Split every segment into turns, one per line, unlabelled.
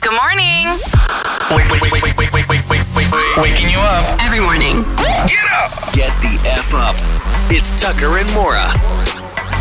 Good morning.
Wait, wait, wait, wait, wait, wait, wait, wait, wait, wait. Waking you up.
Um, Every morning.
Get up. Get the F up. It's Tucker and Mora.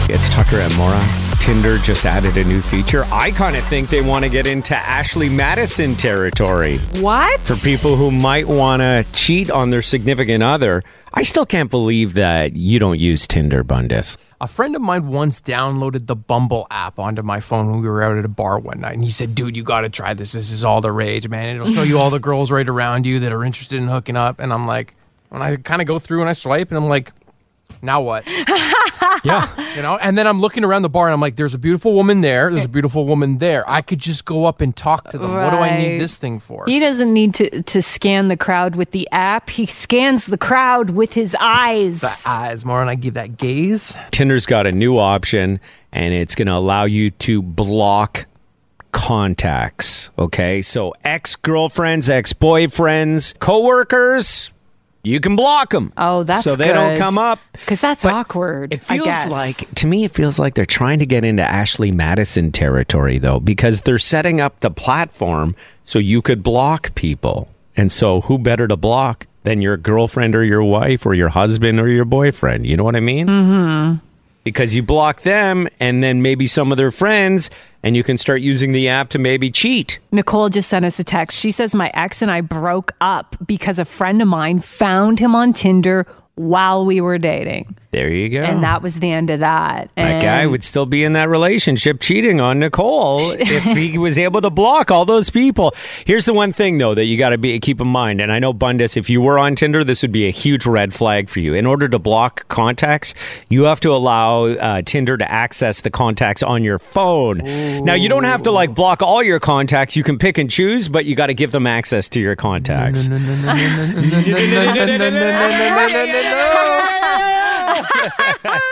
It's Tucker and Mora. Tinder just added a new feature. I kind of think they want to get into Ashley Madison territory
What?
for people who might want to cheat on their significant other. I still can't believe that you don't use Tinder, Bundes.
A friend of mine once downloaded the Bumble app onto my phone when we were out at a bar one night, and he said, "Dude, you got to try this. This is all the rage, man. It'll show you all the girls right around you that are interested in hooking up." And I'm like, when I kind of go through and I swipe, and I'm like, now what?
Yeah.
You know? And then I'm looking around the bar, and I'm like, there's a beautiful woman there. There's a beautiful woman there. I could just go up and talk to them. What do I
Right.
need this thing for?
He doesn't need to, to scan the crowd with the app. He scans the crowd with his eyes.
The eyes more, and I give that gaze.
Tinder's got a new option and it's going to allow you to block contacts. Okay. So ex girlfriends, ex boyfriends, coworkers, you can block them.
Oh, that's
so they don't come up.
because that's awkward.
It feels
I guess.
like to me it feels like they're trying to get into Ashley Madison territory though because they're setting up the platform so you could block people. And so who better to block than your girlfriend or your wife or your husband or your boyfriend? You know what I mean? Mhm.
Mm-hmm.
Because you block them and then maybe some of their friends and you can start using the app to maybe cheat.
Nicole just sent us a text. She says my ex and I broke up because a friend of mine found him on Tinder while we were dating,
There you go.
and that was the end of that.
Oh. That guy
And-
would still be in that relationship cheating on Nicole if he was able to block all those people. Here's the one thing though that you got to be keep in mind and I know Bundes if you were on Tinder this would be a huge red flag for you. In order to block contacts, you have to allow uh, Tinder to access the contacts on your phone. Now you don't have to like block all your contacts. You can pick and choose, but you got to give them access to your contacts.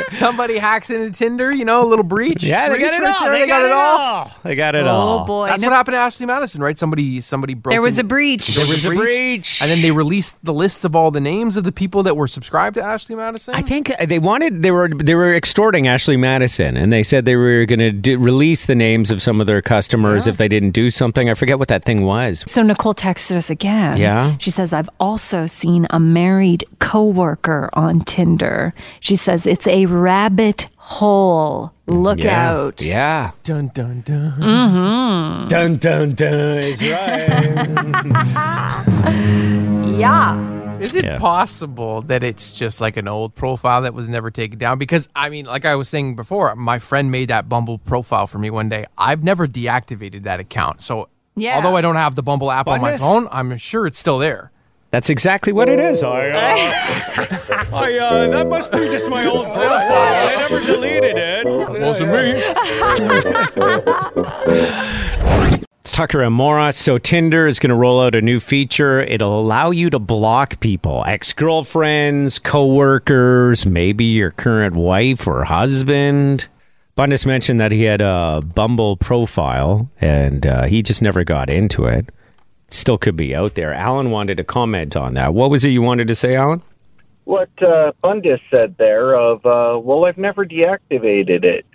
Somebody hacks into Tinder, you know, a little breach.
Yeah, they
Breach
got it
right
all.
there,
They got it all. They got it all.
oh boy,
That's
No-
what happened to Ashley Madison, right? Somebody, somebody broke.
there was a
in-
breach.
There was
There
a
was a breach.
breach, and then they released the lists of all the names of the people that were subscribed to Ashley Madison.
I think they wanted they were they were extorting Ashley Madison, and they said they were going to release the names of some of their customers if they didn't do something. I forget what that thing was.
So Nicole texted us again.
Yeah.
She says, I've also seen a married coworker on Tinder. She says, it's a rabbit hole. Look
yeah.
out.
Yeah.
dun dun dun.
Dun dun dun is right.
Yeah.
Is it
Yeah.
possible that it's just like an old profile that was never taken down? Because I mean, like I was saying before, my friend made that Bumble profile for me one day. I've never deactivated that account, so
Yeah.
although I don't have the Bumble app on my
Bonus.
phone, I'm sure it's still there.
That's exactly what it is. I, uh, I uh, that must be just my old profile. I never deleted it.
Wasn't me.
It's Tucker and Mora. So Tinder is going to roll out a new feature. It'll allow you to block people, ex-girlfriends, coworkers, maybe your current wife or husband. Bundes mentioned that he had a Bumble profile and uh, he just never got into it. Still could be out there. Alan wanted to comment on that. What was it you wanted to say, Alan?
what uh, Bundis said there of, uh, well, I've never deactivated it.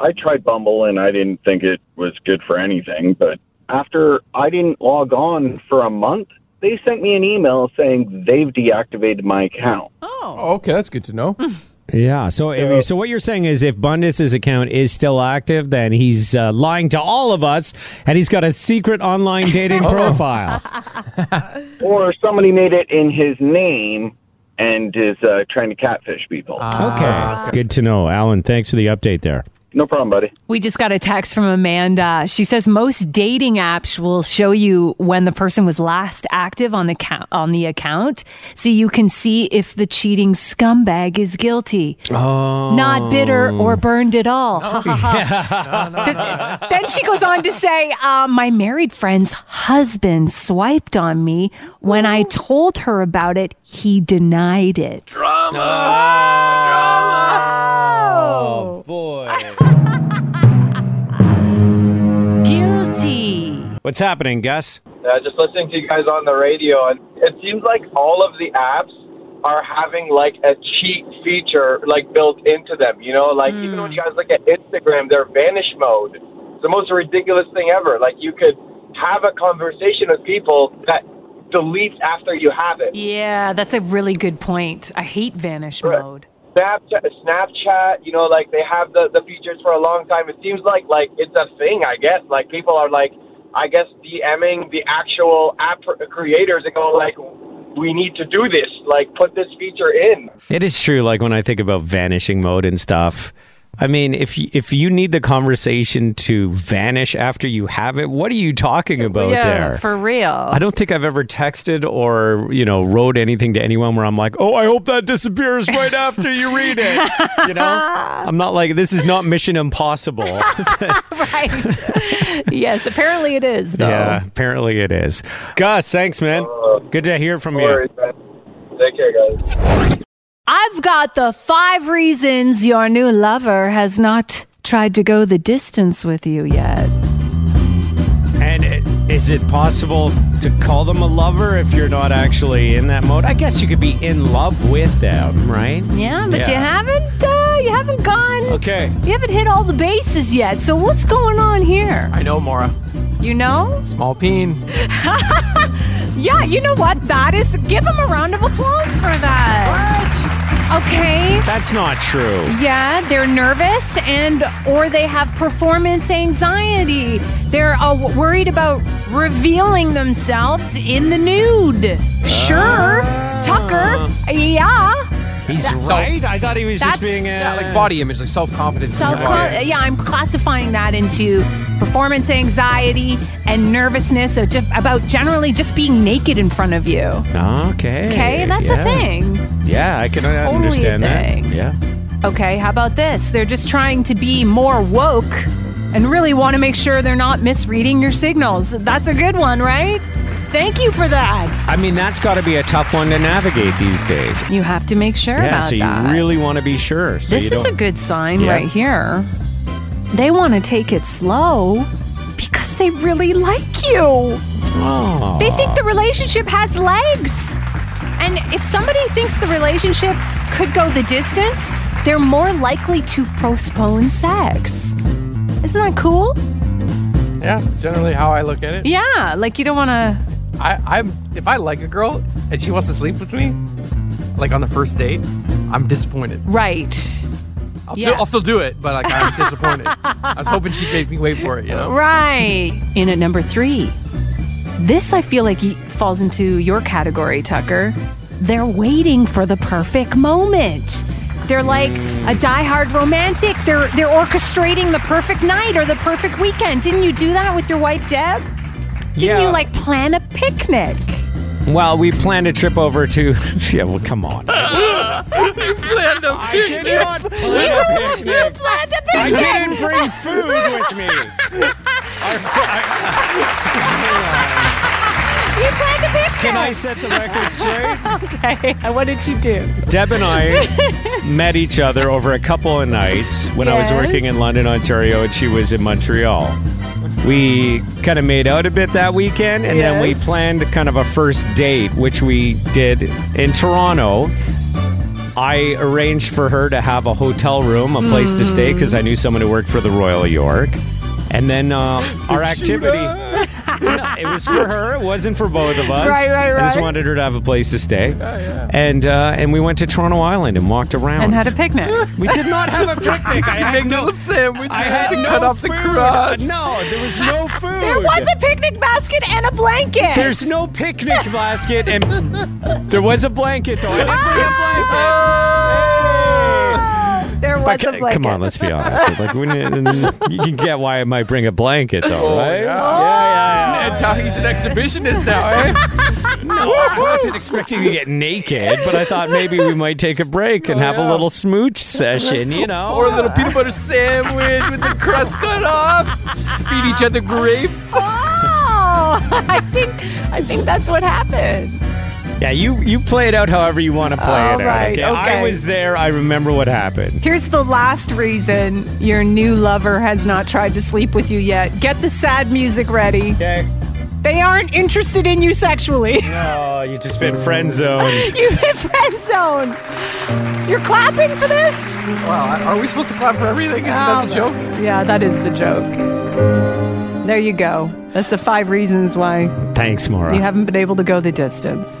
I tried Bumble and I didn't think it was good for anything, but after I didn't log on for a month, they sent me an email saying they've deactivated my account.
Oh, okay, that's good to know.
Yeah. So, if, so what you're saying is, if Bundus's account is still active, then he's uh, lying to all of us, and he's got a secret online dating profile.
Or somebody made it in his name and is uh, trying to catfish people.
Ah, Okay. Good to know, Alan. Thanks for the update there.
No problem, buddy.
We just got a text from Amanda. She says most dating apps will show you when the person was last active on the count, on the account, so you can see if the cheating scumbag is guilty,
Oh.
not bitter or burned at all. Ha, ha, ha. Th- then she goes on to say, uh, "My married friend's husband swiped on me. When I told her about it, he denied it."
Oh, boy.
Guilty.
What's happening, Gus?
uh, just listening to you guys on the radio, and it seems like all of the apps are having like a cheat feature like built into them. You know, like even when you guys look at Instagram, their vanish mode. It's the most ridiculous thing ever. Like you could have a conversation with people that deletes after you have it.
Yeah, that's a really good point. I hate vanish
Right.
mode.
Snapchat, Snapchat, you know, like they have the, the features for a long time. It seems like like it's a thing, I guess. Like people are like, I guess DMing the actual app creators and going like, we need to do this. Like put this feature in.
It is true. Like when I think about vanishing mode and stuff, I mean, if you, if you need the conversation to vanish after you have it, what are you talking about there?
for real.
I don't think I've ever texted or you know wrote anything to anyone where I'm like, oh, I hope that disappears right after you read it. You know, I'm not like this is not Mission Impossible.
Right. yes, apparently it is though.
yeah, apparently it is. Gus, thanks, man. Good to hear from
Uh, No
you.
worries, man. Take care, guys.
I've got the 5 reasons your new lover has not tried to go the distance with you yet.
And i- is it possible to call them a lover if you're not actually in that mode? I guess you could be in love with them, right?
Yeah, but you
Yeah.
haven't uh, you haven't gone
Okay.
you haven't hit all the bases yet. So what's going on here?
I know, Mora.
You know?
Small peen.
Yeah, you know what? That is give him a round of applause for that. What? Okay.
That's not true.
Yeah, they're nervous and or they have performance anxiety. They're uh, worried about revealing themselves in the nude. Sure, Tucker. Yeah,
He's right. I thought he was
that's-
just being a,
Yeah, like body image, like self confidence.
self. Yeah, I'm classifying that into performance anxiety and nervousness of just about generally just being naked in front of you.
Okay.
Okay, that's
yeah.
a thing.
Yeah, I can
totally a
understand
thing.
that. Yeah.
Okay, how about this? They're just trying to be more woke and really want to make sure they're not misreading your signals. That's a good one, right? Thank you for that.
I mean, that's got to be a tough one to navigate these days.
You have to make sure
Yeah,
about
so you
that.
really want to be sure. So
this
you
is a
don't-
good sign
Yeah.
right here. They want to take it slow because they really like you.
Oh.
They think the relationship has legs. And if somebody thinks the relationship could go the distance, they're more likely to postpone sex. Isn't that cool?
Yeah, that's generally how I look at it.
Yeah, like you don't want to.
I, I'm if I like a girl and she wants to sleep with me, like on the first date, I'm disappointed.
Right.
I'll,
Yeah.
still, I'll still do it, but like I'm disappointed. I was hoping she'd make me wait for it, you know.
Right. In at number three. This, I feel like, y- falls into your category, Tucker. They're waiting for the perfect moment. They're like a diehard romantic. They're they're orchestrating the perfect night or the perfect weekend. Didn't you do that with your wife, Deb? Didn't
Yeah.
you like plan a picnic?
Well, we planned a trip over to. yeah, well, come on. I did not plan a
You
picnic.
planned a
I
picnic.
didn't bring food with me.
You planned a picnic.
Can I set the record straight?
Okay. What did you do?
Deb and I met each other over a couple of nights when I was
Yes.
working in London, Ontario, and she was in Montreal. We kind of made out a bit that weekend, and then we
Yes.
planned kind of a first date, which we did in Toronto. I arranged for her to have a hotel room, a place to stay,
Mm.
because I knew someone who worked for the Royal York. And then uh, our activity. No, it was for her. It wasn't for both of us.
Right, right,
I just
right.
wanted her to have a place to stay. And uh, and we went to Toronto Island and walked around.
And had a picnic.
we did not have a picnic. I had no.
sandwich.
I had no food. No, there was no food.
There was a picnic basket and a blanket.
There's no picnic basket, and Ah! there was a blanket though. I didn't bring a blanket.
There was a blanket.
Come on, let's be honest. Like, when you, you can get why I might bring a blanket, though, right? Oh,
That's how he's an exhibitionist now, eh?
I wasn't expecting to get naked, but I thought maybe we might take a break
Oh,
and have a little smooch session, you know?
Or a little peanut butter sandwich with the crust cut off. Feed each other grapes.
Oh, I think I think that's what happened.
yeah, you, you play it out however you want to play
All
it out.
right,
Okay?
okay.
I was there. I remember what happened.
Here's the last reason your new lover has not tried to sleep with you yet. Get the sad music ready.
Okay.
They aren't interested in you sexually.
Oh, you just been friend zoned.
You've hit friend zone. You're clapping for this?
Wow, are we supposed to clap for everything? Isn't that the joke?
Yeah, that is the joke. There you go. That's the five reasons why
Thanks, Maura.
you haven't been able to go the distance.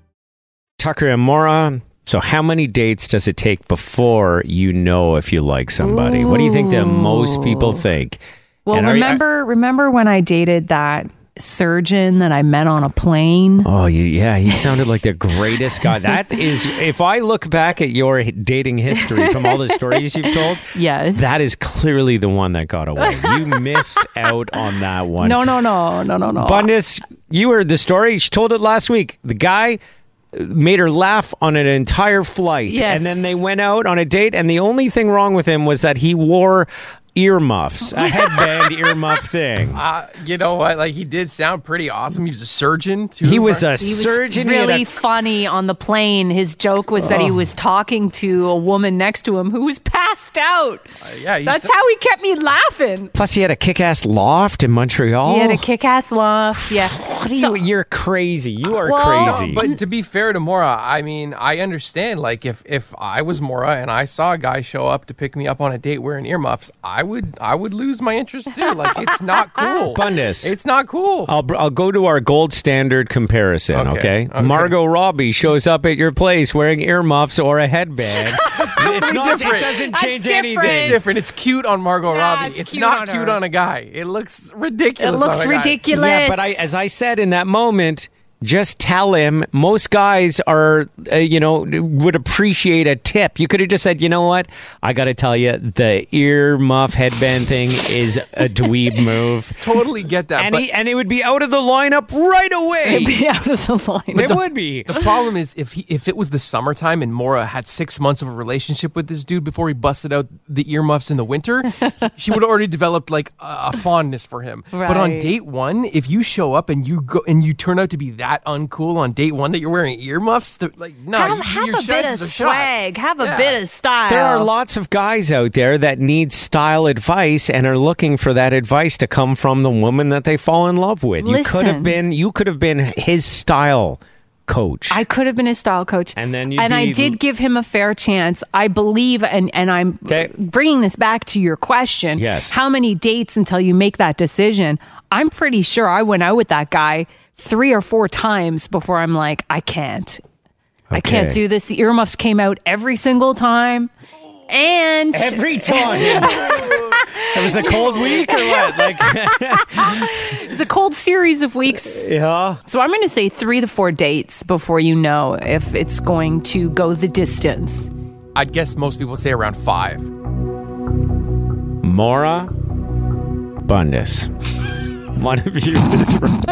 Tucker and Maura. So, how many dates does it take before you know if you like somebody? What do you think that most people think?
Well,
And are you-
remember remember when I dated that surgeon that I met on a plane?
Oh, you, yeah, he sounded like the greatest guy. That is, if I look back at your dating history from all the stories you've told,
Yes.
that is clearly the one that got away. You missed out on that one.
No, no, no, no, no, no.
Bundes, you heard the story. She told it last week. The guy uh, made her laugh on an entire flight.
Yes.
And then they went out on a date, and the only thing wrong with him was that he wore earmuffs, a headband earmuff thing.
Uh, you know what? Like he did sound pretty awesome. He was a surgeon too.
He was a
He was
surgeon. He had
really
a-
funny on the plane. His joke was that he was talking to a woman next to him who was passed out.
yeah. He's
That's how he kept me laughing.
plus, he had a kick-ass loft in Montreal.
He had a kick-ass laugh. Yeah.
Oh. What are you? You're crazy. You are
Well-
crazy.
Uh, But to be fair to Mora, I mean, I understand. Like, if if I was Mora and I saw a guy show up to pick me up on a date wearing earmuffs, I would I would lose my interest too. Like, it's not cool.
Bundes.
It's not cool.
I'll, br- I'll go to our gold standard comparison, okay?
Okay, okay.
Margot Robbie shows up at your place wearing earmuffs or a headband. it's not,
different.
It doesn't
That's
change
different.
anything.
it's different. It's cute on Margot Robbie.
it's
It's,
cute
not
on
cute
her.
on a guy. It looks
It
ridiculous.
looks
on a guy.
ridiculous.
Yeah, but I, as I said in that moment, just tell him. Most guys are, uh, you know, would appreciate a tip. You could have just said, you know what? I got to tell you, the earmuff headband thing is a dweeb move.
Totally get that.
And,
but
he, and it would be out of the lineup right away.
be out of the line.
It would be.
The problem is if he, if it was the summertime and Mora had six months of a relationship with this dude before he busted out the earmuffs in the winter, she would have already developed like a, a fondness for him. But on
Right.
date one, if you show up and you go and you turn out to be that uncool on date one that you're wearing earmuffs, th- like no,
have
you-
have
your
a bit of
chances are shot.
swag. Have a
Yeah.
bit of style.
There are lots of guys out there that need style advice and are looking for that advice to come from the woman that they fall in love with. You could
Listen.
have been you could have been his style coach.
I could have been his style coach.
And then you'd
and I
be-
did give him a fair chance. I believe, and, and I'm
Okay.
bringing this back to your question.
Yes.
How many dates until you make that decision? I'm pretty sure I went out with that guy three or four times before I'm like, I can't. I can't
Okay.
do this. The earmuffs came out every single time. And
Every time. it was a cold week or what? Like
it's a cold series of weeks.
Yeah.
So I'm going to say three to four dates before you know if it's going to go the distance.
I'd guess most people would say around five.
Mora Bundes. want to view this room.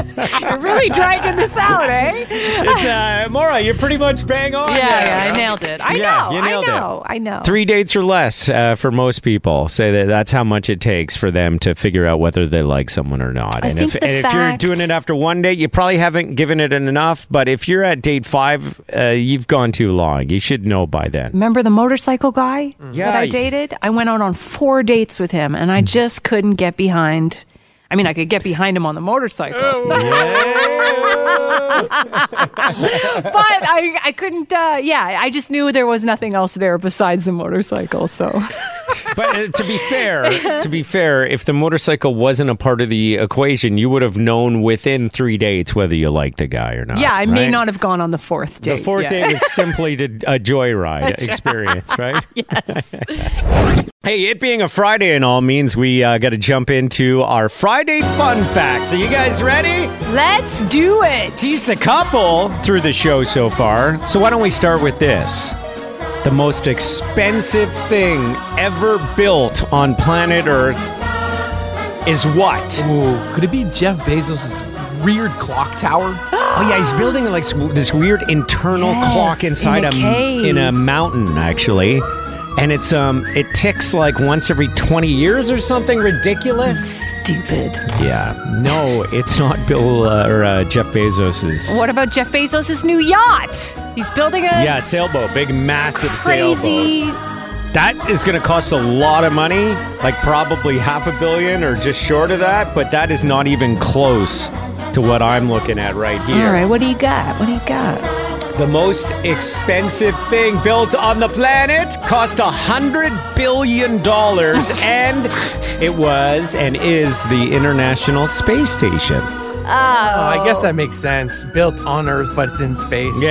You're really dragging this out, eh?
It's, uh, Maura, you're pretty much bang on.
Yeah,
there.
yeah, I nailed it. I
Yeah,
know.
you nailed
I
it.
know. I know.
Three dates or less uh, for most people say that that's how much it takes for them to figure out whether they like someone or not.
I
and
think
if,
the
and
fact-
if you're doing it after one date, you probably haven't given it enough. But if you're at date five, uh, you've gone too long. You should know by then.
Remember the motorcycle guy that I
Mm-hmm. Yeah. Mm.
dated? I went out on four dates with him and I just couldn't get behind. I mean, I could get behind him on the motorcycle,
Oh.
but I, I couldn't. Uh, yeah, I just knew there was nothing else there besides the motorcycle. So
but uh, to be fair, to be fair, if the motorcycle wasn't a part of the equation, you would have known within three dates whether you liked the guy or not.
yeah, I may
right?
not have gone on the fourth date.
The fourth
yeah.
date is simply to, a joyride experience, right?
Yes.
Hey, it being a Friday and all means we uh, got to jump into our Friday fun facts. Are you guys ready?
Let's do it.
Teased a couple through the show so far. So why don't we start with this? The most expensive thing ever built on planet Earth is what?
Ooh, could it be Jeff Bezos' weird clock tower?
Oh yeah, he's building like s- this weird internal
Yes,
clock inside
in a
a, m-
cave.
in a mountain actually, and it's um it ticks like once every twenty years or something ridiculous.
Stupid.
Yeah, no, it's not Bill uh, or uh, Jeff Bezos's.
What about Jeff Bezos' new yacht? He's building a
Yeah, sailboat, big massive
crazy.
sailboat. That is going to cost a lot of money, like probably half a billion or just short of that. But that is not even close to what I'm looking at right here.
All right, what do you got? What do you got?
The most expensive thing built on the planet cost a hundred billion dollars, and it was and is the International Space Station.
Oh, I guess that makes sense. Built on Earth, but it's in space. Right,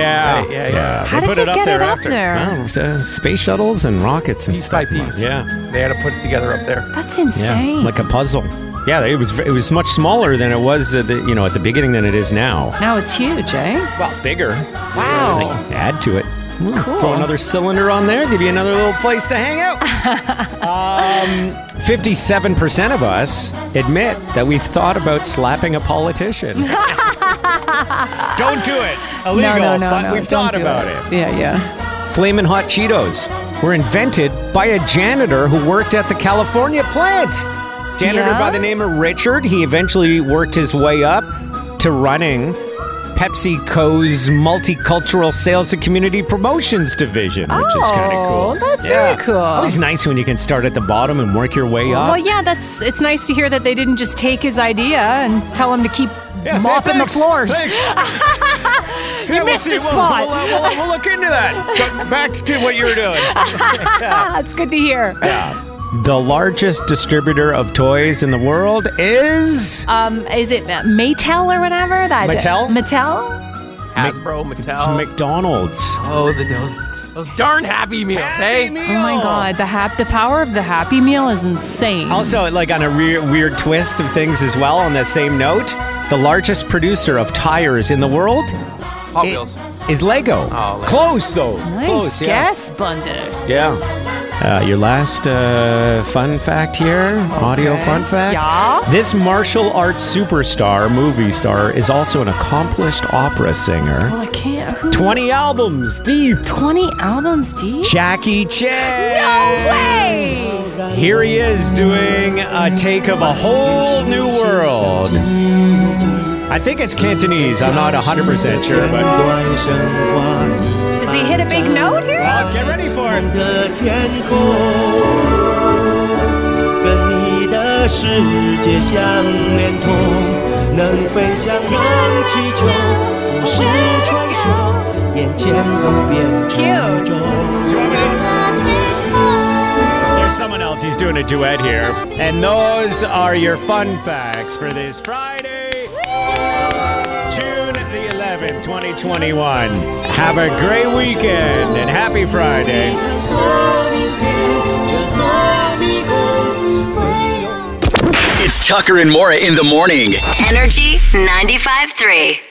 yeah, yeah.
How
They
did
put
they
it up
get
there
it up
after.
there?
Well, uh, space shuttles and rockets and
Piece by
stuff.
piece.
Yeah,
They had to put it together up there.
That's
yeah,
insane.
like a puzzle. Yeah, it was it was much smaller than it was at the, you know at the beginning than it is now.
now it's huge, eh?
Well, bigger.
Wow.
They can add to it. Ooh,
Cool.
Throw another cylinder on there. Give you another little place to hang out. um, Fifty-seven percent of us admit that we've thought about slapping a politician. Don't do it. Illegal.
no, no, no,
but
no.
we've
don't
thought
do
about it.
it. Yeah, yeah.
Flamin' Hot Cheetos were invented by a janitor who worked at the California plant. Janitor
Yeah?
by the name of Richard. He eventually worked his way up to running PepsiCo's multicultural sales and community promotions division, which is kind of
Oh,
cool.
that's really cool.
Always nice when you can start at the bottom and work your way up.
Well, yeah, that's it's nice to hear that they didn't just take his idea and tell him to keep
Yeah,
mopping
thanks,
the floors.
thanks.
You
Yeah,
missed
we'll
a
see. We'll-
spot.
We'll, uh, we'll- we'll look into that. Go Back to what you were doing.
ah, it's good to hear.
The largest distributor of toys in the world is.
Um, is it Ma- Maytel or whatever? That
Mattel?
Mattel.
Hasbro,
It's
Mattel.
McDonald's.
oh, the, those, those darn Happy Meals, hey?
Oh my God, the hap- the power of the Happy Meal is insane.
Also, like on a re- weird twist of things as well, on that same note, the largest producer of tires in the world
Hot Wheels.
is Lego.
Oh, Lego.
Close, though.
nice
Close, yeah.
guess, Bunders.
Yeah. Uh, your last uh, fun fact here, audio fun fact.
Yeah.
This martial arts superstar, movie star, is also an accomplished opera singer.
Well, I can't. Who?
20 albums deep.
20 albums deep?
Jackie Chan.
No way!
Here he is doing a take of a whole new world. I think it's Cantonese. I'm not 100% sure, but
Does he hit a big note here?
Well, uh, get ready for it.
的天空，跟你的世界相连通，能飞向望气球，不是传说，眼前都变成宇宙。
There's someone else. He's doing a duet here. And those are your fun facts for this Friday, June the 11th, 2021. Have a great weekend and happy Friday.
It's Tucker and Mora in the morning.
Energy 95.3.